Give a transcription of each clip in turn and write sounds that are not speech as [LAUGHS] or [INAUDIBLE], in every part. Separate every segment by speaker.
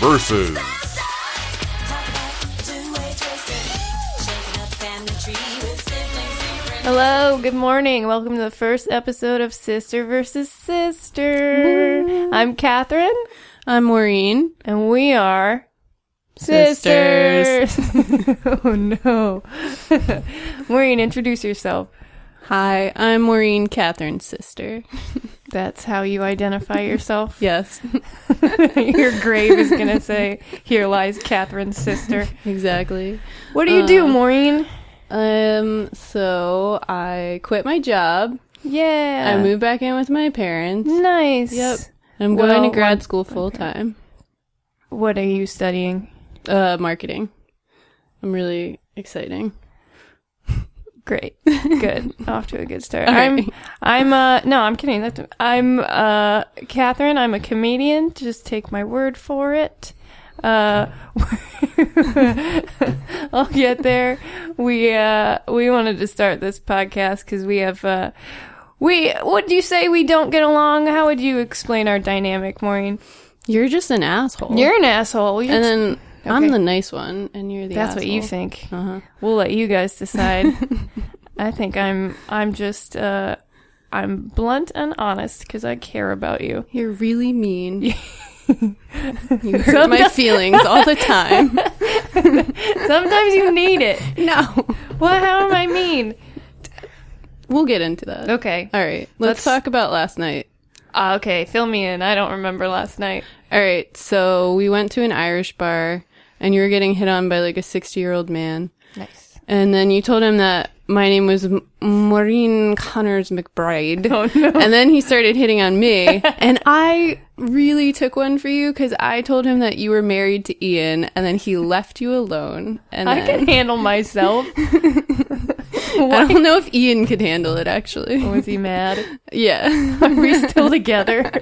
Speaker 1: versus
Speaker 2: Hello, good morning. Welcome to the first episode of Sister versus Sister. I'm Catherine,
Speaker 3: I'm Maureen.
Speaker 2: and we are
Speaker 3: Sisters.
Speaker 2: sisters. [LAUGHS] oh no, [LAUGHS] Maureen, introduce yourself.
Speaker 3: Hi, I'm Maureen, Catherine's sister.
Speaker 2: That's how you identify yourself. [LAUGHS]
Speaker 3: Yes, [LAUGHS]
Speaker 2: Your grave is gonna say, "Here lies Catherine's sister."
Speaker 3: exactly.
Speaker 2: What do you do,
Speaker 3: Uh,
Speaker 2: Maureen?
Speaker 3: Um, so I quit my job.
Speaker 2: Yeah,
Speaker 3: I moved back in with my parents.
Speaker 2: Nice.
Speaker 3: Yep. I'm
Speaker 2: Well,
Speaker 3: going to
Speaker 2: one-
Speaker 3: grad school full time.
Speaker 2: What are you studying?
Speaker 3: Uh, marketing. I'm really exciting.
Speaker 2: Great.
Speaker 3: [LAUGHS]
Speaker 2: Good. Off to a good start.
Speaker 3: All right.
Speaker 2: I'm I'm uh no, I'm kidding. That's I'm uh Catherine, I'm a comedian. Just take my word for it. Uh [LAUGHS] I'll get there. We uh we wanted to start this podcast cuz we have uh we would you say we don't get along? How would you explain our dynamic, Maureen?
Speaker 3: You're just an asshole.
Speaker 2: You're an asshole. You
Speaker 3: and then
Speaker 2: Okay.
Speaker 3: I'm the nice one, and you're the.
Speaker 2: that's what you
Speaker 3: asshole.
Speaker 2: think.
Speaker 3: Uh-huh.
Speaker 2: We'll let you guys
Speaker 3: [LAUGHS]
Speaker 2: decide. I think I'm I'm just uh I'm blunt and honest because I care about you.
Speaker 3: You're really mean. [LAUGHS]
Speaker 2: [LAUGHS]
Speaker 3: you hurt my
Speaker 2: Sometimes-
Speaker 3: feelings all
Speaker 2: [LAUGHS]
Speaker 3: the time.
Speaker 2: Sometimes you need it.
Speaker 3: no,
Speaker 2: What? How am I mean?
Speaker 3: we'll get into that.
Speaker 2: Okay.
Speaker 3: All right, let's
Speaker 2: Let's-
Speaker 3: talk about last night.
Speaker 2: Ah, okay. Fill me in. I don't remember last night.
Speaker 3: All right, so we went to an Irish bar, and you were getting hit on by like a sixty-year-old man,
Speaker 2: Nice.
Speaker 3: and then you told him that my name was M- Maureen Connors McBride.
Speaker 2: [LAUGHS] Oh
Speaker 3: [LAUGHS]
Speaker 2: no.
Speaker 3: And then he started hitting on
Speaker 2: [LAUGHS]
Speaker 3: me, and I really took one for you because I told him that you were married to Ian, and then he left you alone. And
Speaker 2: I
Speaker 3: then-
Speaker 2: can handle myself.
Speaker 3: I don't know if Ian could handle it
Speaker 2: [LAUGHS]
Speaker 3: actually.
Speaker 2: Was he mad?
Speaker 3: Yeah, [LAUGHS]
Speaker 2: Are we still together? [LAUGHS]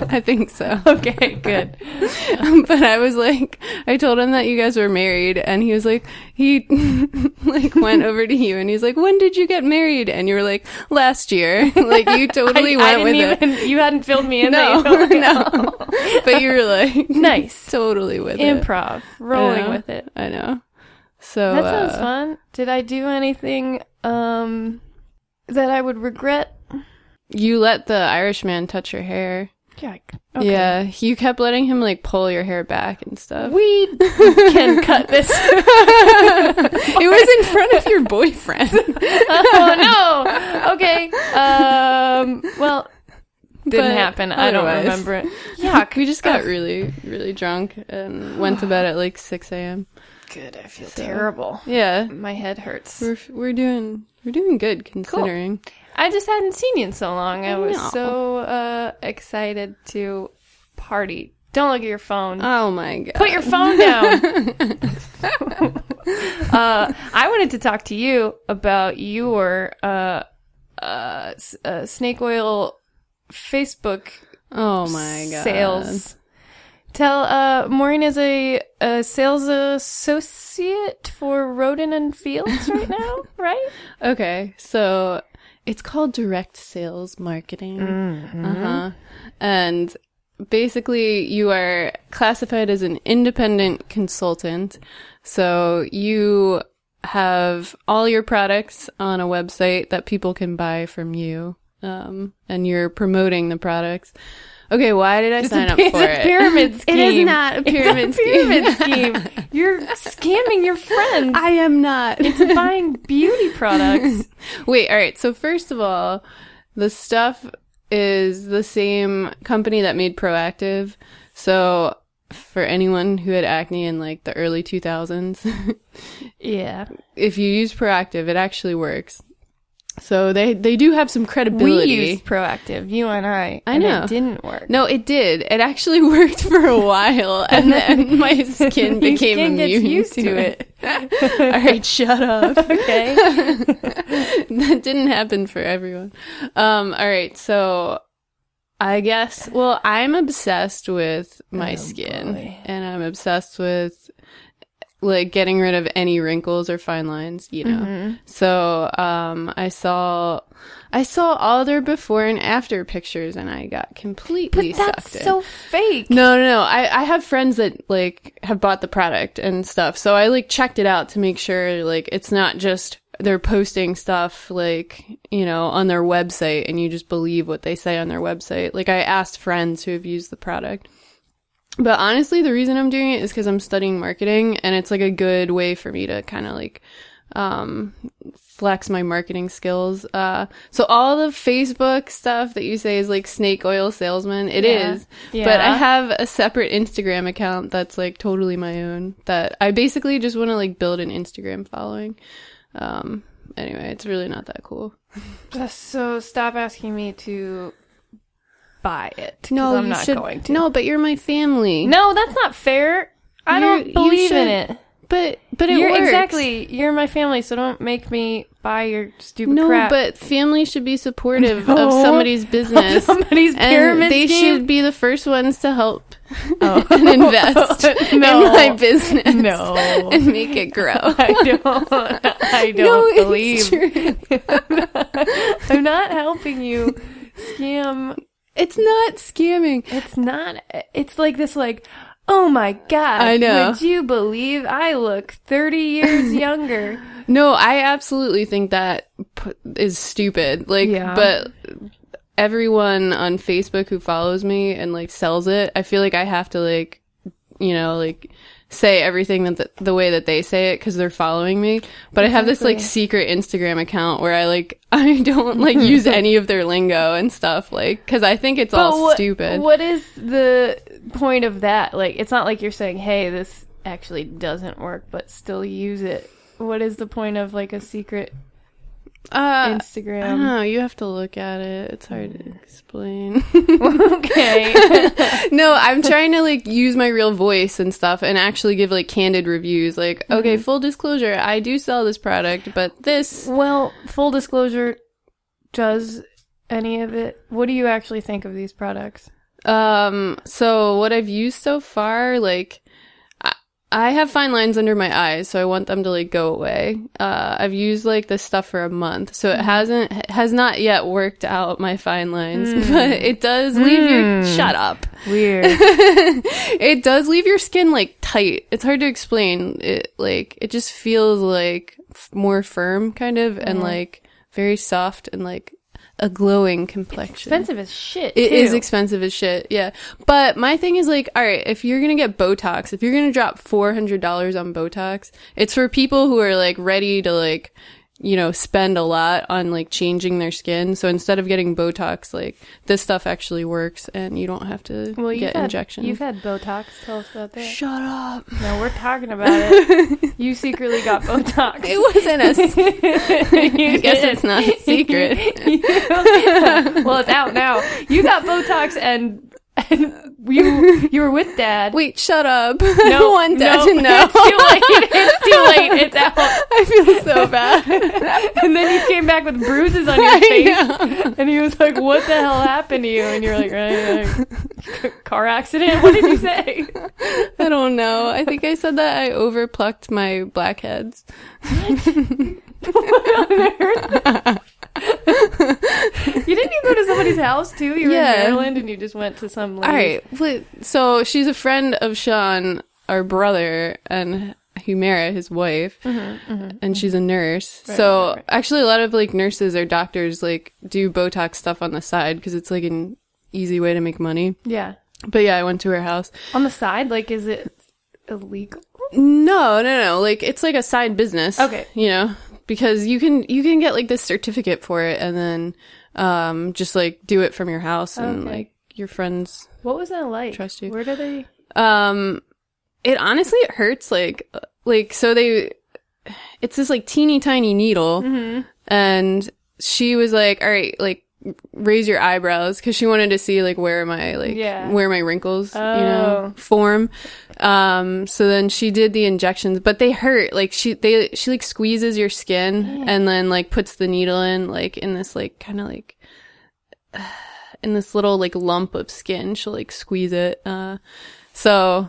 Speaker 3: I think so.
Speaker 2: Okay, good.
Speaker 3: [LAUGHS] but I was like, I told him that you guys were married, and he was like, he [LAUGHS] like went over to you, and he's like, when did you get married? And you were like, last year. [LAUGHS] like you totally
Speaker 2: [LAUGHS] I,
Speaker 3: went
Speaker 2: I
Speaker 3: with
Speaker 2: didn't
Speaker 3: it.
Speaker 2: even. You hadn't filled me
Speaker 3: [LAUGHS]
Speaker 2: in.
Speaker 3: No,
Speaker 2: that you don't- [LAUGHS]
Speaker 3: no. but you were like
Speaker 2: Nice.
Speaker 3: [LAUGHS] totally with it.
Speaker 2: Improv. Rolling
Speaker 3: know.
Speaker 2: with it.
Speaker 3: I know. So
Speaker 2: That sounds
Speaker 3: uh,
Speaker 2: fun. Did I do anything um that I would regret?
Speaker 3: you let the Irishman touch your hair.
Speaker 2: Yeah.
Speaker 3: Yeah, you kept letting him like pull your hair back and stuff.
Speaker 2: We [LAUGHS] can cut this. [LAUGHS]
Speaker 3: it was in front of your
Speaker 2: [LAUGHS]
Speaker 3: boyfriend.
Speaker 2: oh no. Okay. Um well didn't
Speaker 3: But
Speaker 2: happen. I don't
Speaker 3: otherwise-
Speaker 2: remember it. Yeah,
Speaker 3: we just got really, really drunk and went to bed at like 6 a.m.
Speaker 2: good. I feel terrible.
Speaker 3: Yeah,
Speaker 2: My head hurts.
Speaker 3: we're we're doing we're doing good considering.
Speaker 2: I just hadn't seen you in so long. I was
Speaker 3: know.
Speaker 2: so uh excited to party. Don't look at your phone.
Speaker 3: Oh my god!
Speaker 2: Put your phone down.
Speaker 3: [LAUGHS]
Speaker 2: uh, I wanted to talk to you about your uh, uh, s- uh, snake oil Facebook
Speaker 3: oh my god!
Speaker 2: sales. Tell uh, Maureen is a, a sales associate for Roden and Fields
Speaker 3: [LAUGHS]
Speaker 2: right now, right?
Speaker 3: Okay, so it's called direct sales marketing. Uh huh. And basically, you are classified as an independent consultant. So you have all your products on a website that people can buy from you. Um, and you're promoting the products. Okay, why did I sign up
Speaker 2: It's
Speaker 3: for
Speaker 2: a
Speaker 3: it?
Speaker 2: pyramid
Speaker 3: [LAUGHS]
Speaker 2: scheme.
Speaker 3: It is not a pyramid
Speaker 2: It's a
Speaker 3: scheme. [LAUGHS]
Speaker 2: pyramid scheme. You're scamming your friends
Speaker 3: I am not.
Speaker 2: into buying beauty
Speaker 3: [LAUGHS]
Speaker 2: products.
Speaker 3: Wait, all right. So first of all, the stuff is the same company that made Proactive. So for anyone who had acne in like the early 2000s,
Speaker 2: Yeah.
Speaker 3: [LAUGHS] if you use Proactive, it actually works. So they they do have some
Speaker 2: We
Speaker 3: credibility.
Speaker 2: used proactive, you and I.
Speaker 3: I
Speaker 2: and
Speaker 3: know.
Speaker 2: it didn't work.
Speaker 3: no, it did. It actually [LAUGHS] worked for a while, and
Speaker 2: [LAUGHS]
Speaker 3: then my skin
Speaker 2: Your
Speaker 3: became
Speaker 2: skin gets
Speaker 3: immune
Speaker 2: used
Speaker 3: to,
Speaker 2: to
Speaker 3: it. [LAUGHS] all right, shut up. [LAUGHS]
Speaker 2: [LAUGHS] Okay.
Speaker 3: that didn't happen for everyone. Um, all right, so I guess well, I'm obsessed with my skin,
Speaker 2: Oh, boy.
Speaker 3: and I'm obsessed with like getting rid of any wrinkles or fine lines, you know.
Speaker 2: Mm-hmm.
Speaker 3: So um, I saw, I saw all their before and after pictures, and I got completely
Speaker 2: But that's
Speaker 3: sucked in.
Speaker 2: so fake.
Speaker 3: No, no, no. I, I have friends that like have bought the product and stuff. So I like checked it out to make sure like it's not just they're posting stuff like, you know, on their website and you just believe what they say on their website. Like I asked friends who have used the product. But honestly, the reason I'm doing it is because I'm studying marketing and it's like a good way for me to kind of like um flex my marketing skills uh so all the facebook stuff that you say is like snake oil salesman It is,
Speaker 2: Yeah.
Speaker 3: but i
Speaker 2: Yeah.
Speaker 3: have a separate instagram account that's like totally my own that i basically just want to like build an instagram following um anyway it's really not that cool
Speaker 2: So stop asking me to buy it. 'cause
Speaker 3: no
Speaker 2: I'm
Speaker 3: you
Speaker 2: not
Speaker 3: should
Speaker 2: going to.
Speaker 3: no but you're my family
Speaker 2: No, that's not fair. I
Speaker 3: You're-
Speaker 2: don't
Speaker 3: you
Speaker 2: believe in
Speaker 3: should-
Speaker 2: it.
Speaker 3: but but it
Speaker 2: You're
Speaker 3: works.
Speaker 2: exactly. You're my family, so don't make me buy your stupid
Speaker 3: no
Speaker 2: crap.
Speaker 3: but family should be supportive
Speaker 2: [LAUGHS] No.
Speaker 3: of somebody's
Speaker 2: Of
Speaker 3: business
Speaker 2: somebody's
Speaker 3: and
Speaker 2: pyramid
Speaker 3: they
Speaker 2: scheme. [LAUGHS]
Speaker 3: should be the first ones to help [LAUGHS] and invest
Speaker 2: [LAUGHS] No.
Speaker 3: in my business [LAUGHS]
Speaker 2: No, [LAUGHS]
Speaker 3: and make it grow.
Speaker 2: I don't. I
Speaker 3: [LAUGHS] No,
Speaker 2: don't
Speaker 3: it's
Speaker 2: believe.
Speaker 3: true.
Speaker 2: I'm not helping you scam.
Speaker 3: It's not scamming.
Speaker 2: It's not. It's like this. Like, oh my god!
Speaker 3: I know.
Speaker 2: Would you believe I look 30
Speaker 3: [LAUGHS]
Speaker 2: years younger?
Speaker 3: No, I absolutely think that p- is stupid. Like,
Speaker 2: Yeah.
Speaker 3: but everyone on Facebook who follows me and like sells it, I feel like I have to like, you know, like say everything that the, the way that they say it because they're following me. But I have this like secret Instagram account where I like [LAUGHS] I don't like
Speaker 2: [LAUGHS]
Speaker 3: use any of their lingo and stuff like because I think it's all
Speaker 2: what-
Speaker 3: stupid.
Speaker 2: What is the point of that? Like, it's not like you're saying, "Hey, this actually doesn't work," but still use it. What is the point of like a secret
Speaker 3: uh, I don't
Speaker 2: Instagram? Mm.
Speaker 3: know. You have to look at it. It's hard to explain.
Speaker 2: [LAUGHS]
Speaker 3: [LAUGHS]
Speaker 2: okay.
Speaker 3: no, I'm trying to like use my real voice and stuff and actually give like candid reviews. Like, okay, full disclosure, I do sell this product, but this
Speaker 2: well, full disclosure, does any of it? What do you actually think of these products?
Speaker 3: um so what I've used so far, like I- I have fine lines under my eyes, so I want them to like go away. Uh, I've used like this stuff for a month, so it hasn't has not yet worked out my fine lines, [LAUGHS] but it does leave your shut up.
Speaker 2: Weird.
Speaker 3: it does leave your skin like tight. It's hard to explain. It like it just feels like f- more firm, kind of, and
Speaker 2: Mm-hmm.
Speaker 3: like very soft and like a glowing complexion.
Speaker 2: Expensive as shit.
Speaker 3: It
Speaker 2: too.
Speaker 3: is expensive as shit. Yeah, but my thing is like, all right, if you're gonna get Botox, if you're gonna drop four hundred dollars on Botox, it's for people who are like ready to like. You know, spend a lot on like changing their skin. So instead of getting Botox, like this stuff actually works, and you don't have to
Speaker 2: well, you've
Speaker 3: get
Speaker 2: had,
Speaker 3: injections.
Speaker 2: You've had Botox. Tell us about that.
Speaker 3: Shut up.
Speaker 2: No, we're talking about it. you secretly got Botox.
Speaker 3: [LAUGHS] It wasn't a. I [LAUGHS] guess it's
Speaker 2: [LAUGHS]
Speaker 3: not a secret.
Speaker 2: well, it's out now. You got Botox and and you you were with Dad.
Speaker 3: Wait, shut up. I [LAUGHS] don't want dad
Speaker 2: no,
Speaker 3: to know.
Speaker 2: It's
Speaker 3: [LAUGHS]
Speaker 2: too late. It's too late. It's out.
Speaker 3: I feel [LAUGHS] so bad.
Speaker 2: And then you came back with bruises on your face,
Speaker 3: I know.
Speaker 2: and he was like, "What the hell happened to you?" And you're like, "Uh,
Speaker 3: [LAUGHS]
Speaker 2: "Car accident." What did you say?
Speaker 3: I don't know. I think I said that I overplucked my blackheads.
Speaker 2: You didn't even go to somebody's house too. You were
Speaker 3: Yeah.
Speaker 2: in Maryland, and you just went to some.
Speaker 3: All
Speaker 2: lady's-
Speaker 3: right. wait, So she's a friend of Sean, our brother, and Humera, his wife, and she's a nurse. so
Speaker 2: right, right.
Speaker 3: actually, a lot of like nurses or doctors like do Botox stuff on the side because it's like an easy way to make money.
Speaker 2: Yeah.
Speaker 3: But yeah, I went to her house.
Speaker 2: On the side, like, is it illegal?
Speaker 3: No, no, no. Like it's like a side business.
Speaker 2: Okay.
Speaker 3: You know, because you can you can get like this certificate for it and then um just like do it from your house and
Speaker 2: Okay.
Speaker 3: like your friends.
Speaker 2: What was that like?
Speaker 3: Trust you.
Speaker 2: Where do they?
Speaker 3: Um it honestly it hurts like uh, like so they it's this like teeny tiny needle
Speaker 2: Mm-hmm.
Speaker 3: and she was like, "All right, like raise your eyebrows because she wanted to see like where my like
Speaker 2: Yeah.
Speaker 3: where my wrinkles you
Speaker 2: Oh.
Speaker 3: know form um so then she did the injections but they hurt like she they she like squeezes your skin and then like puts the needle in like in this like kind of like [SIGHS] in this little like lump of skin she'll like squeeze it uh so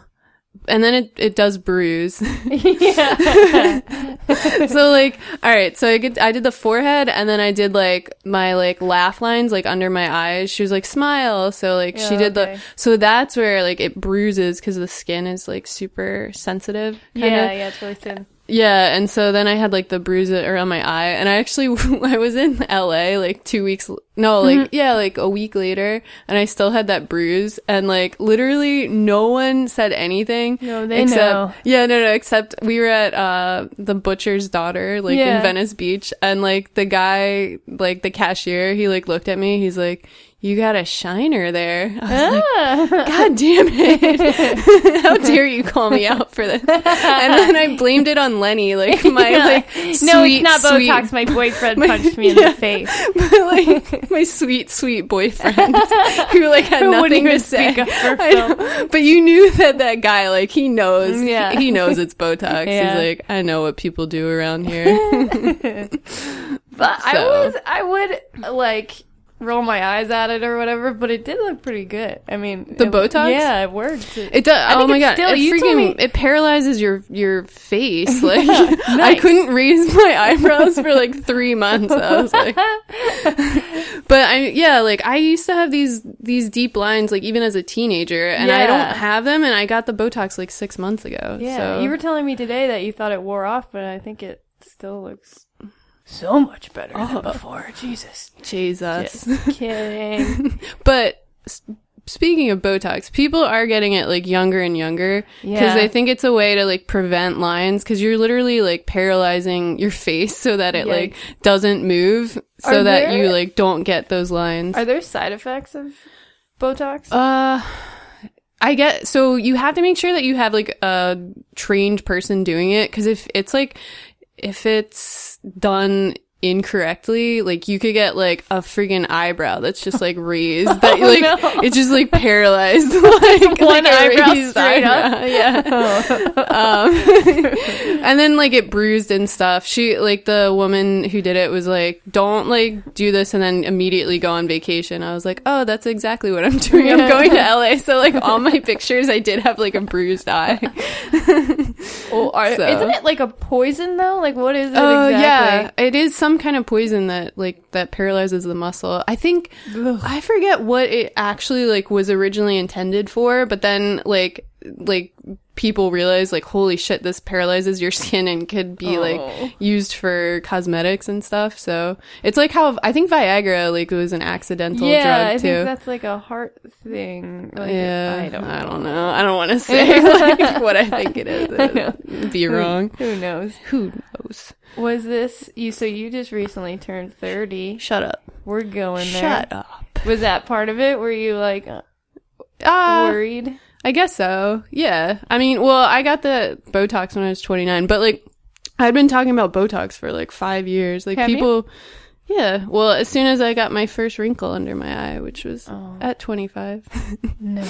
Speaker 3: and then it, it does bruise.
Speaker 2: yeah.
Speaker 3: [LAUGHS] so like, all right, so I get I did the forehead and then I did like my like laugh lines like under my eyes. She was like smile, so like she
Speaker 2: Yeah,
Speaker 3: did
Speaker 2: Oh, okay.
Speaker 3: the so that's where like it bruises because the skin is like super sensitive. Kinda.
Speaker 2: yeah, yeah, it's really [LAUGHS] thin.
Speaker 3: Yeah, and so then I had like the bruise around my eye, and I actually [LAUGHS] I was in LA like two weeks no like
Speaker 2: Mm-hmm.
Speaker 3: yeah like a week later, and I still had that bruise, and like literally no one said anything.
Speaker 2: No, they
Speaker 3: except,
Speaker 2: know.
Speaker 3: Yeah, no, no. Except we were at uh the butcher's daughter like
Speaker 2: Yeah.
Speaker 3: in Venice Beach, and like the guy like the cashier he like looked at me, he's like. You got a shiner there. [LAUGHS] I was like,
Speaker 2: Ah.
Speaker 3: God damn
Speaker 2: [LAUGHS]
Speaker 3: it. How dare you call me out for this? And then I blamed it on Lenny,
Speaker 2: [LAUGHS]
Speaker 3: like my like
Speaker 2: no,
Speaker 3: sweet,
Speaker 2: it's not
Speaker 3: sweet,
Speaker 2: Botox. My [LAUGHS] boyfriend punched me in the [LAUGHS] face.
Speaker 3: [LAUGHS] like my sweet, sweet
Speaker 2: [LAUGHS]
Speaker 3: boyfriend who like had
Speaker 2: Who
Speaker 3: nothing
Speaker 2: wouldn't
Speaker 3: to
Speaker 2: even
Speaker 3: say.
Speaker 2: speak up [LAUGHS] for
Speaker 3: I know. [LAUGHS] But you knew that that guy, like he knows,
Speaker 2: Yeah.
Speaker 3: he, he knows it's Botox.
Speaker 2: Yeah.
Speaker 3: He's like, I know what people do around here.
Speaker 2: But I
Speaker 3: So-
Speaker 2: was, I would like roll my eyes at it or whatever. But it did look pretty good. I mean,
Speaker 3: The
Speaker 2: it-
Speaker 3: Botox?
Speaker 2: Yeah, it worked.
Speaker 3: It does. oh
Speaker 2: think
Speaker 3: my
Speaker 2: it's
Speaker 3: god!
Speaker 2: still-
Speaker 3: it
Speaker 2: you told
Speaker 3: freaking
Speaker 2: me-
Speaker 3: it paralyzes your your
Speaker 2: [LAUGHS]
Speaker 3: face. Like I
Speaker 2: nice.
Speaker 3: couldn't raise my eyebrows for like three months. I was
Speaker 2: [LAUGHS]
Speaker 3: like, but I yeah, like I used to have these these deep lines like even as a teenager, and I
Speaker 2: Yeah.
Speaker 3: don't have them. And I got the Botox like six months ago.
Speaker 2: Yeah,
Speaker 3: so.
Speaker 2: you were telling me today that you thought it wore off, but I think it still looks so much better than before. Jesus,
Speaker 3: Jesus.
Speaker 2: [LAUGHS] kidding.
Speaker 3: But s- speaking of Botox, people are getting it like younger and younger
Speaker 2: Yeah.
Speaker 3: because they think it's a way to like prevent lines because you're literally like paralyzing your [LAUGHS] face so that it like doesn't move so that
Speaker 2: Are there-
Speaker 3: you like don't get those lines.
Speaker 2: Are there side effects of Botox? [LAUGHS]
Speaker 3: uh I get so you have to make sure that you have like a trained person doing it because if it's like if it's done incorrectly, like you could get like a freaking eyebrow that's just like
Speaker 2: [LAUGHS]
Speaker 3: raised that like
Speaker 2: Oh, no.
Speaker 3: it's just like
Speaker 2: [LAUGHS]
Speaker 3: paralyzed like
Speaker 2: one
Speaker 3: like, a
Speaker 2: eyebrow
Speaker 3: raised
Speaker 2: straight up? [LAUGHS]
Speaker 3: Yeah. Um, and then like it bruised and stuff. She like the woman who did it was like, "Don't like do this and then immediately go on vacation." I was like, "Oh, that's exactly what I'm doing. I'm going to LA." So like all my pictures I did have like a bruised eye.
Speaker 2: Oh, are,
Speaker 3: So-
Speaker 2: Isn't it like a poison though? Like what is it
Speaker 3: Oh
Speaker 2: exactly?
Speaker 3: yeah, it is some kind of poison that like that paralyzes the muscle. I think I forget what it actually like was originally intended for, but then like like people realize like holy shit this paralyzes your [LAUGHS] skin and could be
Speaker 2: Oh.
Speaker 3: like used for cosmetics and stuff. So it's like how I think Viagra like was an accidental
Speaker 2: yeah, I
Speaker 3: drug
Speaker 2: think
Speaker 3: too.
Speaker 2: that's like a heart thing. Like,
Speaker 3: yeah,
Speaker 2: I don't know.
Speaker 3: know. I don't want
Speaker 2: [LAUGHS]
Speaker 3: to say [LAUGHS] like what I think it is. It'd Be wrong.
Speaker 2: Who knows?
Speaker 3: Who knows?
Speaker 2: Was this you? So you just recently turned thirty.
Speaker 3: Shut up.
Speaker 2: We're going there.
Speaker 3: Shut up.
Speaker 2: Was that part of it? Were you like uh,
Speaker 3: Ah,
Speaker 2: worried?
Speaker 3: I guess so. Yeah. I mean, well, I got the Botox when I was 29, but like I'd been talking about Botox for like 5 years. Like
Speaker 2: Have you?
Speaker 3: people Yeah. Well, as soon as I got my first wrinkle under my eye, which was
Speaker 2: Oh.
Speaker 3: at 25.
Speaker 2: No.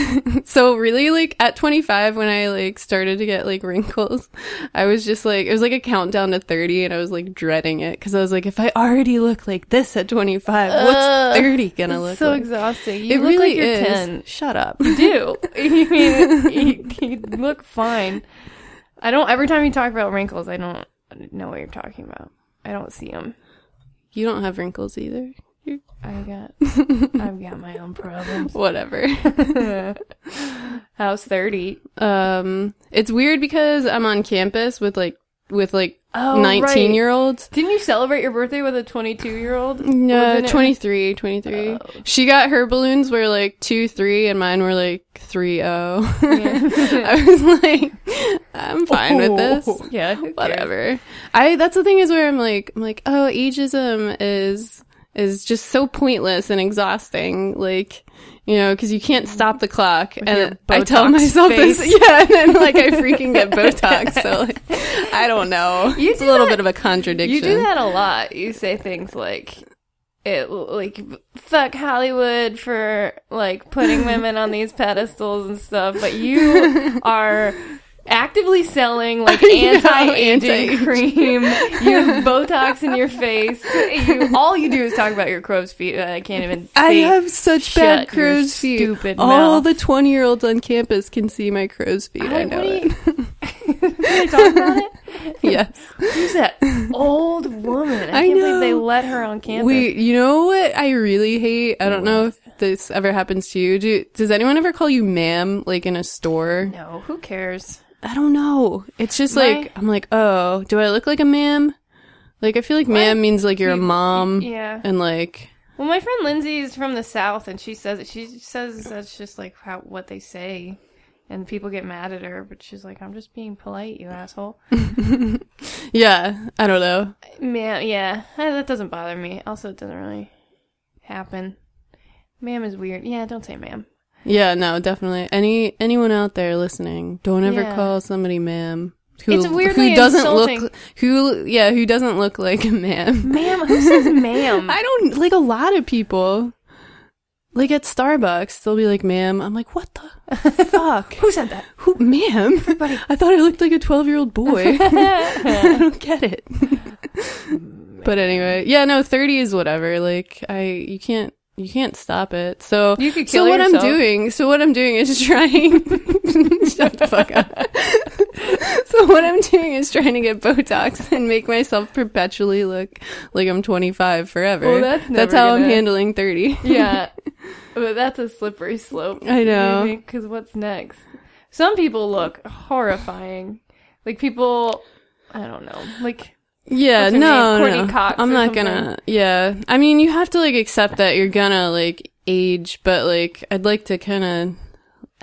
Speaker 3: [LAUGHS] so really like at 25 when I like started to get like wrinkles, [LAUGHS] I was just like it was like a countdown to 30 and I was like dreading it cuz I was like if I already look like this at 25,
Speaker 2: Ugh.
Speaker 3: what's 30 going to look
Speaker 2: so
Speaker 3: like?
Speaker 2: exhausting. You
Speaker 3: It
Speaker 2: look
Speaker 3: really
Speaker 2: like you're
Speaker 3: is.
Speaker 2: ten.
Speaker 3: Shut up.
Speaker 2: [LAUGHS] do. You mean you, you look fine. I don't. Every time you talk about wrinkles, I don't know what you're talking about. I don't see them.
Speaker 3: You don't have wrinkles either.
Speaker 2: I [LAUGHS] got. I've got my own problems. [LAUGHS]
Speaker 3: Whatever. [LAUGHS]
Speaker 2: How's thirty?
Speaker 3: um it's weird because i'm on campus with like with like
Speaker 2: Oh,
Speaker 3: 19
Speaker 2: right.
Speaker 3: year olds
Speaker 2: Didn't you celebrate your birthday with a 22 year [LAUGHS] old?
Speaker 3: no
Speaker 2: Wasn't it- Oh.
Speaker 3: 23 23 she got her balloons were like 2 3 and mine were like 3 0 [LAUGHS] i was like i'm fine
Speaker 2: Oh.
Speaker 3: with this
Speaker 2: [LAUGHS] Yeah. who cares?
Speaker 3: whatever i that's the thing is where i'm like i'm like oh ageism is is just so pointless and exhausting like you know because you can't stop the clock and
Speaker 2: your
Speaker 3: i tell
Speaker 2: Botox
Speaker 3: myself
Speaker 2: face.
Speaker 3: this [LAUGHS] yeah and then like i freaking [LAUGHS] get botox so like i don't know
Speaker 2: You
Speaker 3: it's a
Speaker 2: do
Speaker 3: little
Speaker 2: that-
Speaker 3: bit of a contradiction
Speaker 2: You do that a lot. You say things like. It like fuck
Speaker 3: [LAUGHS]
Speaker 2: Hollywood for like putting women on these pedestals and stuff, but you are actively selling like
Speaker 3: know,
Speaker 2: anti-aging
Speaker 3: anti-aging.
Speaker 2: [LAUGHS] cream. You have Botox in your face. You, all you do is talk about your crow's feet. Uh, I can't even. See.
Speaker 3: I have such
Speaker 2: Shut
Speaker 3: bad
Speaker 2: your
Speaker 3: crow's feet.
Speaker 2: stupid
Speaker 3: All
Speaker 2: mouth.
Speaker 3: the 20 year olds on campus can see my crow's feet. I,
Speaker 2: I-
Speaker 3: know
Speaker 2: what do
Speaker 3: it.
Speaker 2: you- [LAUGHS] Can I talk about it?
Speaker 3: [LAUGHS] yes.
Speaker 2: Who's
Speaker 3: [LAUGHS]
Speaker 2: that old woman? I,
Speaker 3: I
Speaker 2: can't believe they
Speaker 3: know.
Speaker 2: let her on campus.
Speaker 3: We, you know what I really hate? I don't know if this ever happens to you. Do, does anyone ever call you ma'am, like in a store?
Speaker 2: no, who cares?
Speaker 3: I don't know. It's just
Speaker 2: My-
Speaker 3: like, I'm like, oh, do I look like a ma'am? Like, I feel like ma'am means like you're a mom.
Speaker 2: Yeah.
Speaker 3: And like,
Speaker 2: Well, my friend Lindsay is from the South, and she says she says that's just like how what they say, and people get mad at her. But she's like, "I'm just being polite, you asshole."
Speaker 3: yeah, I don't know.
Speaker 2: Ma'am, yeah, eh, that doesn't bother me. Also, it doesn't really happen. Ma'am is weird. Yeah, don't say ma'am.
Speaker 3: Yeah, no, definitely. Any, anyone out there listening, don't ever
Speaker 2: Yeah.
Speaker 3: call somebody ma'am. Who,
Speaker 2: It's weirdly
Speaker 3: who doesn't
Speaker 2: insulting.
Speaker 3: look, who, yeah, who doesn't look like a ma'am.
Speaker 2: Ma'am, who [LAUGHS] says ma'am?
Speaker 3: I don't like a lot of people. Like at Starbucks, they'll be like, "Ma'am," I'm like, "What the fuck?
Speaker 2: who said that?
Speaker 3: Who, ma'am? [LAUGHS] I thought I looked like a 12 year old boy. [LAUGHS] I don't get it." but anyway, yeah, no, 30 is whatever. Like, I you can't you can't stop it. So
Speaker 2: [LAUGHS] You could
Speaker 3: so
Speaker 2: kill
Speaker 3: what
Speaker 2: yourself.
Speaker 3: I'm doing, so what I'm doing is [LAUGHS] trying. Shut the fuck up. [LAUGHS] so what I'm doing is trying to get Botox and make myself perpetually look like I'm 25 forever.
Speaker 2: Well, that's never
Speaker 3: how I'm
Speaker 2: gonna-
Speaker 3: handling 30.
Speaker 2: [LAUGHS] yeah, but that's a slippery
Speaker 3: [LAUGHS]
Speaker 2: slope.
Speaker 3: I know.
Speaker 2: Because what's next? Some people look horrifying. Like people, I don't know. Like
Speaker 3: Yeah,
Speaker 2: What's her name?
Speaker 3: no,
Speaker 2: Courtney
Speaker 3: no.
Speaker 2: Cox
Speaker 3: I'm
Speaker 2: or
Speaker 3: not gonna. Yeah, I mean, you have to like accept that you're gonna like age, but like I'd like to kind of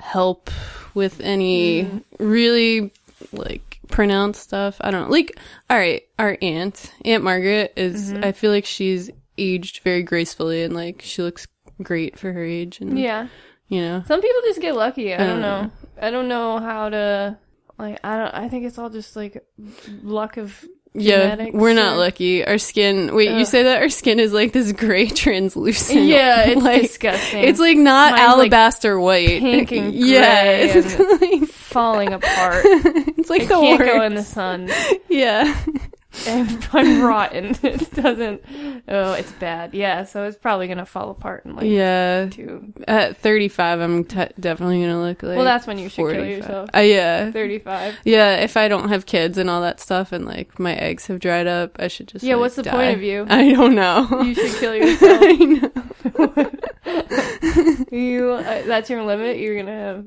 Speaker 3: help with any
Speaker 2: Mm.
Speaker 3: really like pronounced stuff. I don't like. All right, our aunt, Aunt Margaret, is.
Speaker 2: Mm-hmm.
Speaker 3: I feel like she's aged very gracefully, and like she looks great for her age, and
Speaker 2: yeah,
Speaker 3: you know,
Speaker 2: some people just get lucky. I don't
Speaker 3: don't
Speaker 2: know. I don't know how to. Like I don't. I think it's all just like luck of.
Speaker 3: yeah,
Speaker 2: genetics
Speaker 3: we're not
Speaker 2: or-
Speaker 3: lucky. Our skin. Wait, you
Speaker 2: Ugh.
Speaker 3: say that our skin is like this gray [LAUGHS] translucent. [LAUGHS]
Speaker 2: Yeah, it's
Speaker 3: like,
Speaker 2: disgusting.
Speaker 3: It's like not
Speaker 2: Mine's, like,
Speaker 3: alabaster white.
Speaker 2: pink
Speaker 3: [LAUGHS]
Speaker 2: and
Speaker 3: yeah,
Speaker 2: gray
Speaker 3: it's [LAUGHS]
Speaker 2: and-
Speaker 3: like,
Speaker 2: falling apart.
Speaker 3: it's like [LAUGHS]
Speaker 2: I
Speaker 3: the
Speaker 2: can't
Speaker 3: worst.
Speaker 2: go in the sun.
Speaker 3: [LAUGHS] yeah,
Speaker 2: I'm, [LAUGHS] I'm rotten. It doesn't. Oh, it's bad. Yeah, so it's probably gonna fall apart in like
Speaker 3: yeah.
Speaker 2: two.
Speaker 3: At 35, I'm t- definitely gonna look like.
Speaker 2: Well, that's when you should kill
Speaker 3: 45.
Speaker 2: yourself.
Speaker 3: Uh, yeah,
Speaker 2: Thirty-five.
Speaker 3: yeah. If I don't have kids and all that stuff, and like my eggs have dried up, I should just
Speaker 2: Yeah,
Speaker 3: like,
Speaker 2: what's the
Speaker 3: die.
Speaker 2: point of you?
Speaker 3: [LAUGHS] I don't know.
Speaker 2: You should kill yourself.
Speaker 3: [LAUGHS] I know.
Speaker 2: [LAUGHS] You uh, that's your limit. You're gonna have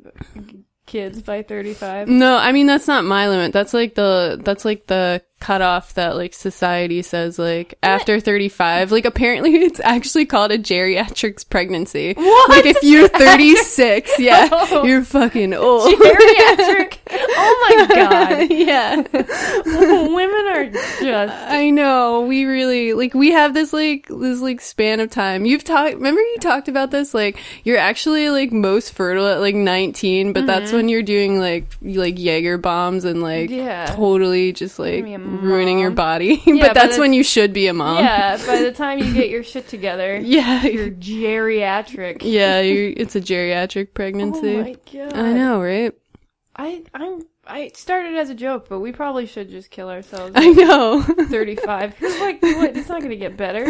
Speaker 2: kids
Speaker 3: [LAUGHS]
Speaker 2: by 35.
Speaker 3: No, I mean that's not my limit. That's like the that's like the cutoff that like society says like after 35. Like apparently [LAUGHS] it's actually called a geriatrics pregnancy.
Speaker 2: What?
Speaker 3: Like if
Speaker 2: [LAUGHS]
Speaker 3: you're 36, yeah,
Speaker 2: Oh.
Speaker 3: you're
Speaker 2: [LAUGHS]
Speaker 3: fucking old.
Speaker 2: [LAUGHS] Geriatric. Oh my
Speaker 3: [LAUGHS] yeah.
Speaker 2: god. Women are just
Speaker 3: I know. We really like we have this like this like span of time. You've talked remember you talked about this like you're actually like most fertile at like 19, but that's
Speaker 2: Mm-hmm.
Speaker 3: when you're doing like you- like Jaeger bombs and like
Speaker 2: Yeah.
Speaker 3: totally just like
Speaker 2: Be a
Speaker 3: ruining your
Speaker 2: mom.
Speaker 3: body. [LAUGHS]
Speaker 2: but
Speaker 3: but that's
Speaker 2: it's-
Speaker 3: when you should be a mom.
Speaker 2: yeah. By the time you get your shit together,
Speaker 3: [LAUGHS] Yeah.
Speaker 2: you're
Speaker 3: You're,
Speaker 2: geriatric.
Speaker 3: yeah, you're, it's a geriatric
Speaker 2: Oh
Speaker 3: pregnancy.
Speaker 2: my god.
Speaker 3: I know, right? [LAUGHS]
Speaker 2: I I'm I it started as a joke, but we probably should just kill ourselves.
Speaker 3: [LAUGHS] I know.
Speaker 2: [LAUGHS] 35. 'Cause, like what? It's not gonna
Speaker 3: [LAUGHS]
Speaker 2: get better.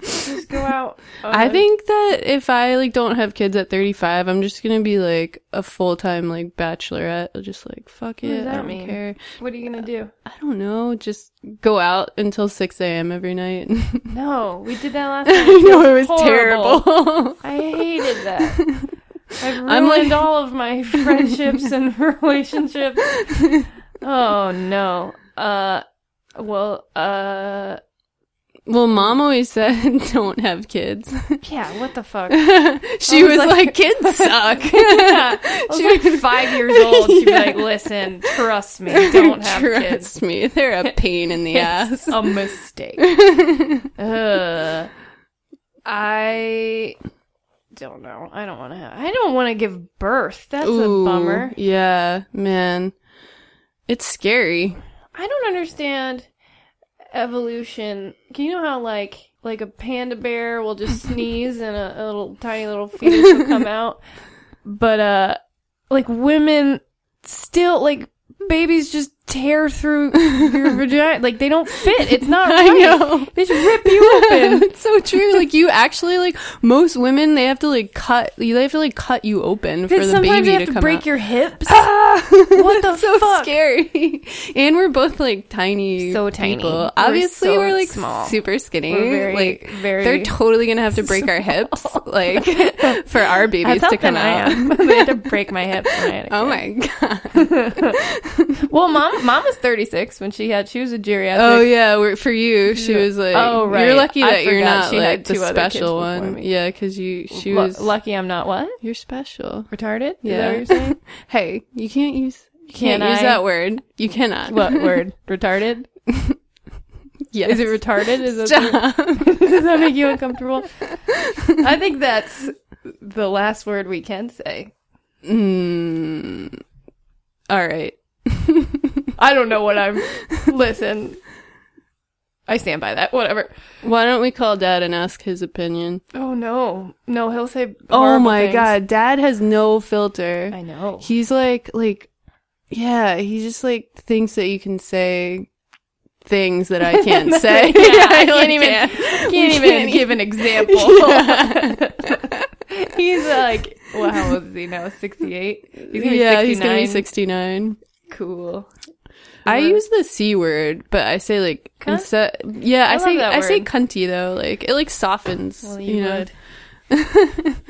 Speaker 2: just go out. uh,
Speaker 3: I think that if I like don't have kids at 35, I'm just gonna be like a full time like bachelorette. Just like fuck it,
Speaker 2: does that
Speaker 3: I don't
Speaker 2: mean?
Speaker 3: care.
Speaker 2: What are you gonna do?
Speaker 3: I don't know. Just go out until 6 a.m. every night. [LAUGHS]
Speaker 2: No, we did that last time.
Speaker 3: I know it was
Speaker 2: Horrible.
Speaker 3: terrible. [LAUGHS]
Speaker 2: I hated that. I've ruined
Speaker 3: I'm like-
Speaker 2: all
Speaker 3: [LAUGHS]
Speaker 2: of my friendships and [LAUGHS] relationships. Oh no. Uh, well, uh,
Speaker 3: well, mom always said [LAUGHS] don't have kids. [LAUGHS]
Speaker 2: yeah. What the fuck?
Speaker 3: she
Speaker 2: I
Speaker 3: was,
Speaker 2: was
Speaker 3: like,
Speaker 2: like- [LAUGHS]
Speaker 3: kids suck.
Speaker 2: Yeah, I was
Speaker 3: She
Speaker 2: like
Speaker 3: was-
Speaker 2: five years old. She'd
Speaker 3: Yeah.
Speaker 2: be like, "Listen, trust me, don't
Speaker 3: [LAUGHS]
Speaker 2: have
Speaker 3: Trust
Speaker 2: kids.
Speaker 3: me, they're
Speaker 2: [LAUGHS]
Speaker 3: a pain in the
Speaker 2: It's
Speaker 3: ass. [LAUGHS]
Speaker 2: a mistake." Ugh. I don't know. I don't want to have. I don't want to give birth. That's
Speaker 3: Ooh,
Speaker 2: a bummer.
Speaker 3: Yeah, man. It's scary.
Speaker 2: I don't understand evolution. Can you know how like like a panda bear
Speaker 3: [LAUGHS]
Speaker 2: will just sneeze and a, a little tiny little fetus will come out, but uh, like women still like babies just tear through
Speaker 3: [LAUGHS]
Speaker 2: your vagina. Like they don't fit. It's not
Speaker 3: I
Speaker 2: right.
Speaker 3: know.
Speaker 2: They just rip
Speaker 3: [LAUGHS]
Speaker 2: you open.
Speaker 3: it's so true. Like you actually like most women, they have to like cut. They have to like cut you open for
Speaker 2: Because
Speaker 3: the
Speaker 2: sometimes
Speaker 3: baby
Speaker 2: you have to,
Speaker 3: come
Speaker 2: break
Speaker 3: out.
Speaker 2: your
Speaker 3: [LAUGHS]
Speaker 2: hips. what the
Speaker 3: so [LAUGHS]
Speaker 2: fuck?
Speaker 3: scary. And we're both like tiny,
Speaker 2: So tiny.
Speaker 3: people.
Speaker 2: We're
Speaker 3: Obviously,
Speaker 2: so
Speaker 3: we're, like
Speaker 2: small.
Speaker 3: super skinny.
Speaker 2: We're very-
Speaker 3: like
Speaker 2: very
Speaker 3: they're totally gonna have to break
Speaker 2: [LAUGHS]
Speaker 3: our hips, like for our babies
Speaker 2: That's how
Speaker 3: to come
Speaker 2: thin I
Speaker 3: out.
Speaker 2: am. [LAUGHS] they had to break my hips. When I had
Speaker 3: [LAUGHS]
Speaker 2: a
Speaker 3: Oh
Speaker 2: [LAUGHS]
Speaker 3: my god!
Speaker 2: kid. Well, mom, mom was 36 when she had. She was a geriatric.
Speaker 3: Oh yeah, we're, for you, she was like,
Speaker 2: Oh, right.
Speaker 3: You're lucky
Speaker 2: I
Speaker 3: that you're
Speaker 2: forgot
Speaker 3: not
Speaker 2: she had
Speaker 3: like the
Speaker 2: two other kids
Speaker 3: special
Speaker 2: before
Speaker 3: one.
Speaker 2: me.
Speaker 3: Yeah, because you, she
Speaker 2: Lu-
Speaker 3: was.
Speaker 2: lucky I'm not what
Speaker 3: you're special.
Speaker 2: retarded. Is that
Speaker 3: Yeah.
Speaker 2: what you're saying? [LAUGHS]
Speaker 3: Hey, you can't use. You
Speaker 2: Can
Speaker 3: can't use
Speaker 2: I?
Speaker 3: that word. You cannot. [LAUGHS]
Speaker 2: [LAUGHS] what word? Retarded?
Speaker 3: Yes. [LAUGHS]
Speaker 2: Is it retarded? Is that
Speaker 3: Stop.
Speaker 2: [LAUGHS] Does that make you uncomfortable? [LAUGHS] I think that's the last word we can say.
Speaker 3: Mm. All right.
Speaker 2: I don't know what [LAUGHS] I'm. Listen, I stand by that. Whatever.
Speaker 3: Why don't we call dad and ask his opinion?
Speaker 2: Oh no, no, he'll say.
Speaker 3: Oh
Speaker 2: horrible
Speaker 3: my
Speaker 2: things.
Speaker 3: god, dad has no filter.
Speaker 2: I know.
Speaker 3: He's like like yeah, he just like thinks that you can say things that [LAUGHS] I
Speaker 2: [LAUGHS]
Speaker 3: can't say.
Speaker 2: Yeah,
Speaker 3: [LAUGHS]
Speaker 2: I
Speaker 3: like,
Speaker 2: can't even can't even
Speaker 3: can't
Speaker 2: give an example.
Speaker 3: [LAUGHS]
Speaker 2: [LAUGHS] He's like, well, how old is he now? Sixty eight. He's gonna
Speaker 3: yeah,
Speaker 2: be
Speaker 3: he's
Speaker 2: sixty
Speaker 3: gonna be
Speaker 2: nine.
Speaker 3: sixty nine.
Speaker 2: Cool.
Speaker 3: I
Speaker 2: Word.
Speaker 3: use the c word, but I say like
Speaker 2: Cunt?
Speaker 3: instead. Yeah, I,
Speaker 2: love
Speaker 3: say
Speaker 2: that
Speaker 3: I say
Speaker 2: word.
Speaker 3: cunty though. Like it like softens.
Speaker 2: Well,
Speaker 3: you,
Speaker 2: you
Speaker 3: know,
Speaker 2: would.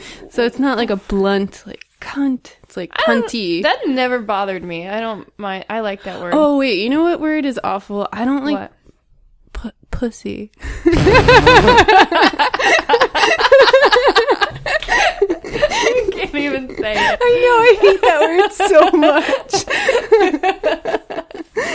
Speaker 3: [LAUGHS] so it's not like a blunt like cunt. It's like
Speaker 2: don't-
Speaker 3: cunty.
Speaker 2: That never bothered me. I don't mind. I like that word.
Speaker 3: Oh wait, you know what word is awful? I don't
Speaker 2: [LAUGHS]
Speaker 3: like
Speaker 2: what?
Speaker 3: pu- pussy.
Speaker 2: I can't even say it.
Speaker 3: I know I hate that word so much.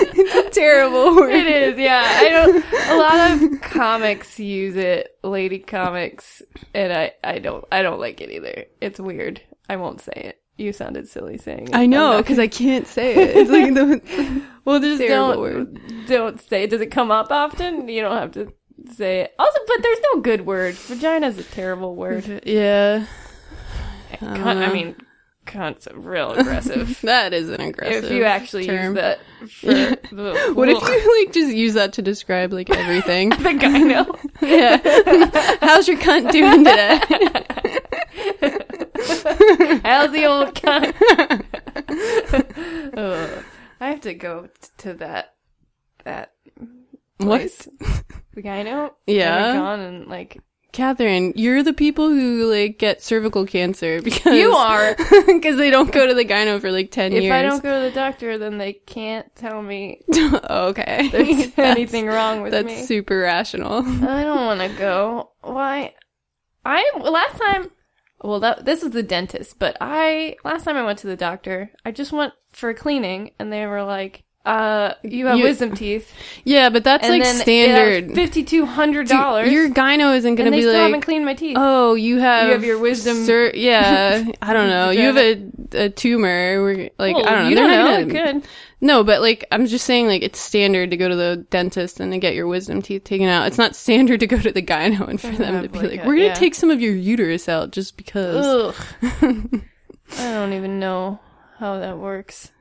Speaker 3: [LAUGHS] it's a terrible
Speaker 2: It
Speaker 3: word.
Speaker 2: is, yeah. I don't. A lot of comics use it, lady comics, and I, I don't, I don't like it either. It's weird. I won't say it. You sounded silly saying it.
Speaker 3: I know because I can't say it.
Speaker 2: [LAUGHS]
Speaker 3: It's like the [LAUGHS]
Speaker 2: well, just
Speaker 3: terrible
Speaker 2: don't,
Speaker 3: word.
Speaker 2: don't say. it. Does it come up often? You don't have to say it. Also, but there's no good word. Vagina's a terrible word.
Speaker 3: yeah. Uh,
Speaker 2: Cunt,
Speaker 3: don't know.
Speaker 2: I mean, cunt's real aggressive.
Speaker 3: [LAUGHS] That is an aggressive.
Speaker 2: if you actually
Speaker 3: term.
Speaker 2: use that
Speaker 3: [LAUGHS]
Speaker 2: for
Speaker 3: Yeah.
Speaker 2: the,
Speaker 3: What
Speaker 2: [LAUGHS]
Speaker 3: if you like just use that to describe like everything? [LAUGHS]
Speaker 2: the guy know? [LAUGHS]
Speaker 3: yeah. How's your cunt doing today?
Speaker 2: How's
Speaker 3: [LAUGHS]
Speaker 2: the old cunt? Ugh. I have to go t- to that that
Speaker 3: what?
Speaker 2: place. The guy know?
Speaker 3: Yeah.
Speaker 2: gone and like
Speaker 3: Catherine, you're the people who like get cervical cancer [LAUGHS] because
Speaker 2: you are.
Speaker 3: because they don't go to the gyno for like ten
Speaker 2: If
Speaker 3: years.
Speaker 2: I don't go to the doctor, then they can't
Speaker 3: [LAUGHS]
Speaker 2: tell me
Speaker 3: Oh, okay,
Speaker 2: there's
Speaker 3: [LAUGHS] That's-
Speaker 2: anything wrong with
Speaker 3: That's
Speaker 2: me.
Speaker 3: super rational. [LAUGHS]
Speaker 2: I don't want to go. Why? I last time. Well, that this is the dentist, but I last time I went to the doctor, I just went for a cleaning, and they were like, "Uh, you have
Speaker 3: You- [LAUGHS]
Speaker 2: wisdom teeth."
Speaker 3: Yeah, but that's like standard.
Speaker 2: Fifty two hundred
Speaker 3: Dude,
Speaker 2: dollars.
Speaker 3: Your gyno isn't going
Speaker 2: and
Speaker 3: to
Speaker 2: they
Speaker 3: be
Speaker 2: still haven't
Speaker 3: like,
Speaker 2: cleaned my teeth.
Speaker 3: oh, you have
Speaker 2: You have your wisdom-
Speaker 3: cer- yeah, I don't
Speaker 2: [LAUGHS]
Speaker 3: know. You have a, a tumor. We're like, I don't know.
Speaker 2: Oh, You
Speaker 3: They're
Speaker 2: don't
Speaker 3: not
Speaker 2: know.
Speaker 3: gonna-
Speaker 2: Good.
Speaker 3: No, but like, I'm just saying, like, it's standard to go to the dentist and to get your wisdom teeth taken out. It's not standard to go to the gyno and for them
Speaker 2: have,
Speaker 3: to be
Speaker 2: like,
Speaker 3: like,
Speaker 2: a-
Speaker 3: we're going to
Speaker 2: yeah.
Speaker 3: take some of your uterus out just because.
Speaker 2: Ugh. I don't even know how that works.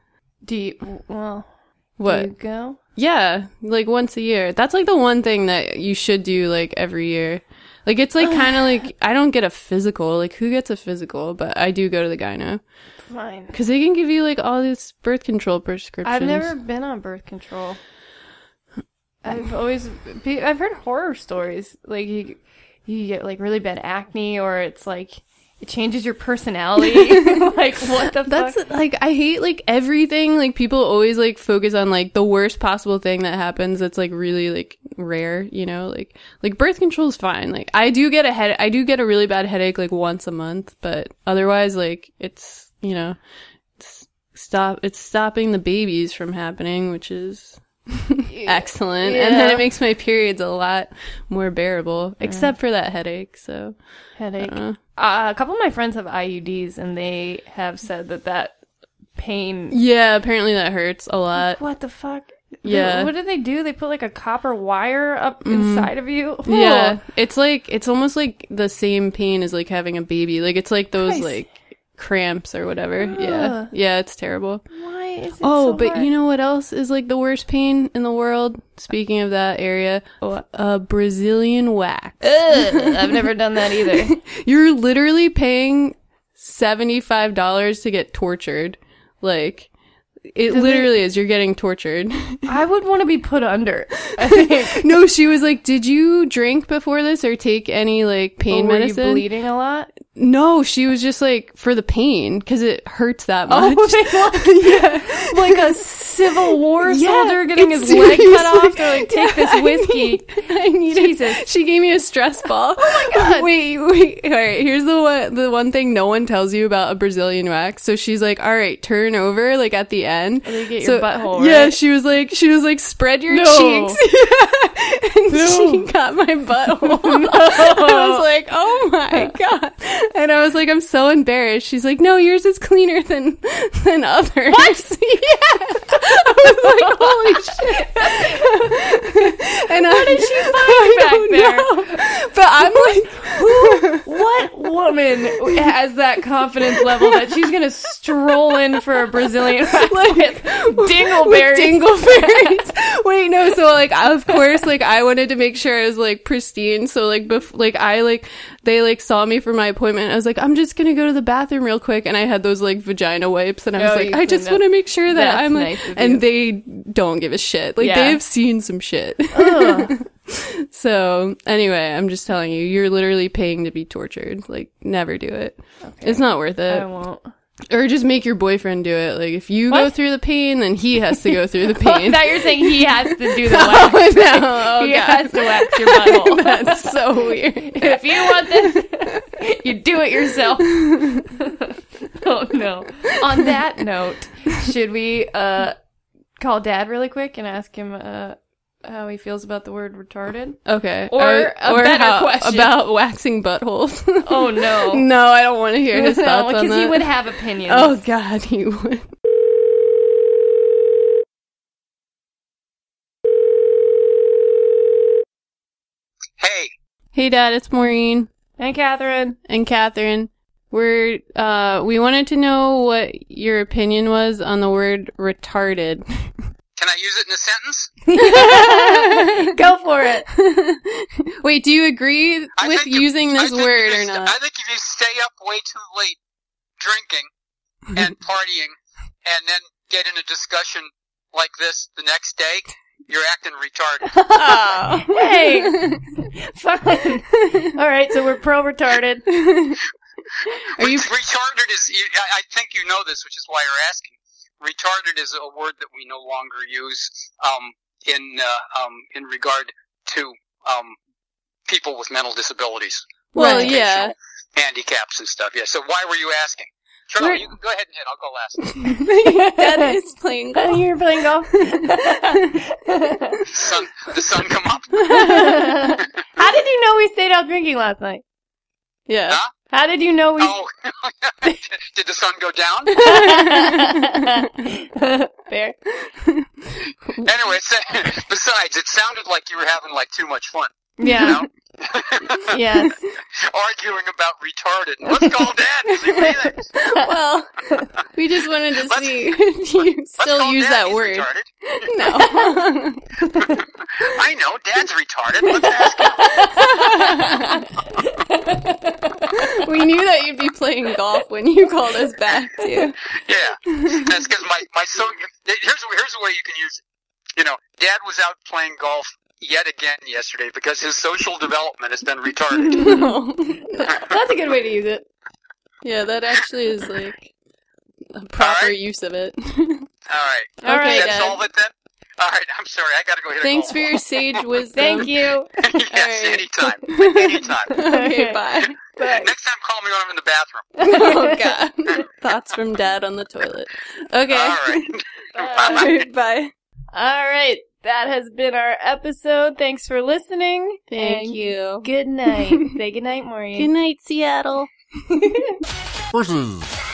Speaker 2: Do you, well?
Speaker 3: [LAUGHS] what?
Speaker 2: Do you go?
Speaker 3: Yeah, like once a year. That's like the one thing that you should do like every year. Like it's like kind of like I don't get a physical. Like who gets a physical? But I do go to the gyno
Speaker 2: Fine.
Speaker 3: because they can give you like all these birth control prescriptions.
Speaker 2: I've never been on birth control. I've always be, I've heard horror stories like you you get like really bad acne or it's like it changes
Speaker 3: [LAUGHS]
Speaker 2: your personality. [LAUGHS] like what the
Speaker 3: That's
Speaker 2: fuck?
Speaker 3: like I hate like everything. Like people always like focus on like the worst possible thing that happens. That's like really like rare, you know. Like like birth control is fine. Like I do get a head. I do get a really bad headache like once a month, but otherwise like it's you know, it's stop. It's stopping the babies from happening, which is [LAUGHS] excellent. And then
Speaker 2: Yeah.
Speaker 3: it makes my periods a lot more bearable, except for that headache. So
Speaker 2: headache.
Speaker 3: uh,
Speaker 2: Uh, a couple of my friends have IUDs and they have said that that pain. uh,
Speaker 3: yeah, apparently that hurts a lot.
Speaker 2: What the fuck?
Speaker 3: Yeah. Mm.
Speaker 2: What do they do? They put like a copper wire up inside of you.
Speaker 3: Yeah, it's like it's almost like the same pain as like having a baby. Like it's like those
Speaker 2: Christ.
Speaker 3: like cramps or whatever.
Speaker 2: Ugh.
Speaker 3: Yeah, yeah, it's terrible.
Speaker 2: Why? is it
Speaker 3: Oh,
Speaker 2: so
Speaker 3: but
Speaker 2: hard?
Speaker 3: you know what else is like the worst pain in the world? Speaking of that area, a Brazilian wax.
Speaker 2: Ugh, I've never done
Speaker 3: [LAUGHS]
Speaker 2: that either.
Speaker 3: You're literally paying $75 to get tortured. Like, it literally is. You're getting tortured. [LAUGHS]
Speaker 2: I would want to be put under. I think.
Speaker 3: no, she was like, Did you drink before this or take any like pain
Speaker 2: Oh, Were you
Speaker 3: medicine?
Speaker 2: bleeding a lot?
Speaker 3: no, she was just like, For the pain, because it hurts that
Speaker 2: Oh, [LAUGHS]
Speaker 3: much.
Speaker 2: they [LAUGHS] like, like a Civil War
Speaker 3: Yeah,
Speaker 2: soldier getting
Speaker 3: it's
Speaker 2: his leg cut
Speaker 3: seriously-
Speaker 2: off to like
Speaker 3: Yeah,
Speaker 2: take [LAUGHS] this whiskey.
Speaker 3: [LAUGHS] I need
Speaker 2: Jesus.
Speaker 3: It. She gave me a
Speaker 2: [LAUGHS]
Speaker 3: stress ball. Oh my god. [LAUGHS] Wait, wait. All right. Here's the one. The one thing no one tells you about a Brazilian wax. So she's like, all right, turn over, like at the end.
Speaker 2: And you get
Speaker 3: so,
Speaker 2: your butthole, right?
Speaker 3: Yeah. She was like, she was like, spread your
Speaker 2: No.
Speaker 3: cheeks. [LAUGHS] Yeah. and she got my
Speaker 2: [LAUGHS]
Speaker 3: butthole. [LAUGHS] I was like, oh my god. And I was like, I'm so embarrassed. She's like, no, yours is cleaner than [LAUGHS] than others. What? [LAUGHS] yeah. I was like, [LAUGHS] holy shit. And Where [LAUGHS] I, did she find
Speaker 2: back there?
Speaker 3: But I'm like,
Speaker 2: What woman has that confidence level that she's gonna stroll in for
Speaker 3: [LAUGHS]
Speaker 2: a Brazilian wax with dingleberries?
Speaker 3: with
Speaker 2: [LAUGHS]
Speaker 3: dingleberries. Wait, no. So like, of course, like I wanted to make sure I was like pristine. So like, bef- like I like they like saw me for my appointment. I was like, I'm just gonna go to the bathroom real quick, and I had those like vagina wipes, and I was
Speaker 2: Oh,
Speaker 3: like,
Speaker 2: you
Speaker 3: I just
Speaker 2: cleaned up.
Speaker 3: want to make sure that
Speaker 2: That's
Speaker 3: I'm like,
Speaker 2: nice of you.
Speaker 3: and they don't give a shit. Like
Speaker 2: Yeah.
Speaker 3: they've seen some shit. [LAUGHS] so anyway, I'm just telling you, you're literally paying to be tortured. Like, never do it. It's not worth it
Speaker 2: I [LAUGHS] won't.
Speaker 3: or just make your boyfriend do it. Like if you go
Speaker 2: What?
Speaker 3: through the pain, then he has to go [LAUGHS] through the
Speaker 2: Oh,
Speaker 3: pain.
Speaker 2: now you're saying he has to
Speaker 3: [LAUGHS]
Speaker 2: do [LAUGHS] the wax.
Speaker 3: Oh, no. Oh,
Speaker 2: he
Speaker 3: God.
Speaker 2: has to wax your [LAUGHS]
Speaker 3: [LAUGHS]
Speaker 2: butthole.
Speaker 3: That's so weird.
Speaker 2: if you want this, you do it [LAUGHS] yourself. oh no. On that note, should we uh, call Dad really quick and ask him uh, how he feels about the word retarded?
Speaker 3: Okay.
Speaker 2: Or a better question.
Speaker 3: about waxing buttholes. [LAUGHS]
Speaker 2: Oh [LAUGHS] no.
Speaker 3: no, I don't want to hear his thoughts on
Speaker 2: because
Speaker 3: that.
Speaker 2: he would have opinions.
Speaker 3: [LAUGHS] oh God, he would.
Speaker 1: Hey,
Speaker 3: Hey, Dad, it's Maureen
Speaker 2: And Catherine,
Speaker 3: and Catherine. We're uh, we wanted to know what your opinion was on the word [LAUGHS] retarded.
Speaker 1: can I use it in a
Speaker 2: [LAUGHS]
Speaker 1: sentence?
Speaker 2: go for it.
Speaker 3: [LAUGHS] Wait, do you agree
Speaker 1: I
Speaker 3: with
Speaker 1: think if-
Speaker 3: using
Speaker 1: I
Speaker 3: this
Speaker 1: think if
Speaker 3: word
Speaker 1: you
Speaker 3: or
Speaker 1: st-
Speaker 3: not?
Speaker 1: I think if you stay up way too late drinking
Speaker 3: [LAUGHS]
Speaker 1: and partying and then get in a discussion like this the next day, you're acting retarded.
Speaker 2: [LAUGHS] Hey. [LAUGHS] Fine. All right, so we're pro retarded.
Speaker 3: [LAUGHS]
Speaker 2: [LAUGHS]
Speaker 3: [LAUGHS] Are you
Speaker 1: retarded is, you, I I think you know this, which is why you're asking. Retarded is a word that we no longer use um, in uh, um, in regard to um, people with mental disabilities.
Speaker 3: well?
Speaker 2: Right. [LAUGHS]
Speaker 3: Yeah. [LAUGHS]
Speaker 1: handicaps and stuff. Yeah. So why were you asking? Charlie,
Speaker 3: We're-
Speaker 1: you can go ahead and hit. I'll go last.
Speaker 3: that is plain
Speaker 2: Oh,
Speaker 3: gold.
Speaker 2: you're playing [LAUGHS] golf.
Speaker 1: The sun, the sun come
Speaker 3: [LAUGHS]
Speaker 1: up.
Speaker 2: How did you know we stayed out drinking last night?
Speaker 3: Yeah.
Speaker 2: How did you know we?
Speaker 1: Oh, [LAUGHS] did the sun go down?
Speaker 2: Oh. [LAUGHS] Fair.
Speaker 1: Anyway, so, [LAUGHS] besides, it sounded like you were having like too much fun, you
Speaker 2: Yeah.
Speaker 1: know, Uh, [LAUGHS]
Speaker 2: yes.
Speaker 1: arguing about retarded. Let's
Speaker 3: [LAUGHS]
Speaker 1: call dad. and see what he thinks.
Speaker 3: well, we just wanted to
Speaker 1: Let's-
Speaker 3: see [LAUGHS] if you
Speaker 1: Let's
Speaker 3: still
Speaker 1: call
Speaker 3: use
Speaker 1: Dad,
Speaker 3: that
Speaker 1: he's
Speaker 3: word.
Speaker 1: retarded.
Speaker 3: No.
Speaker 2: [LAUGHS]
Speaker 3: [LAUGHS]
Speaker 1: I know dad's retarded. Let's ask him.
Speaker 3: we knew that you'd be playing golf when you called us back
Speaker 1: [LAUGHS]
Speaker 3: too.
Speaker 1: Yeah, that's because my my son. Here's here's a way you can use it. You know, dad was out playing golf yet again yesterday because his social development has been retarded.
Speaker 3: Mm-hmm.
Speaker 2: That's a good way to use it.
Speaker 3: yeah, that actually
Speaker 2: [LAUGHS]
Speaker 3: is like a proper
Speaker 1: Alright.
Speaker 3: use of it.
Speaker 1: All right.
Speaker 2: All
Speaker 3: Okay,
Speaker 2: right.
Speaker 1: Did that
Speaker 3: Dad.
Speaker 1: solve it then? All right. I'm sorry. I got to go hit
Speaker 3: Thanks
Speaker 1: a
Speaker 3: for
Speaker 2: [LAUGHS]
Speaker 3: your sage wisdom.
Speaker 2: Thank you.
Speaker 1: for your. [LAUGHS] yes,
Speaker 3: all right.
Speaker 1: anytime. Anytime.
Speaker 3: [LAUGHS]
Speaker 2: [LAUGHS]
Speaker 3: Okay, bye.
Speaker 2: But
Speaker 1: Next time, call me when I'm in the bathroom.
Speaker 3: oh god. [LAUGHS] Thoughts from dad on the toilet. Okay.
Speaker 1: All
Speaker 3: [LAUGHS]
Speaker 1: right.
Speaker 2: Bye.
Speaker 3: Alright, bye.
Speaker 2: all right, that has been our episode. Thanks for listening.
Speaker 3: Thank
Speaker 2: And
Speaker 3: you.
Speaker 2: Good night. Say good night, Maureen.
Speaker 3: night, Seattle.
Speaker 4: versus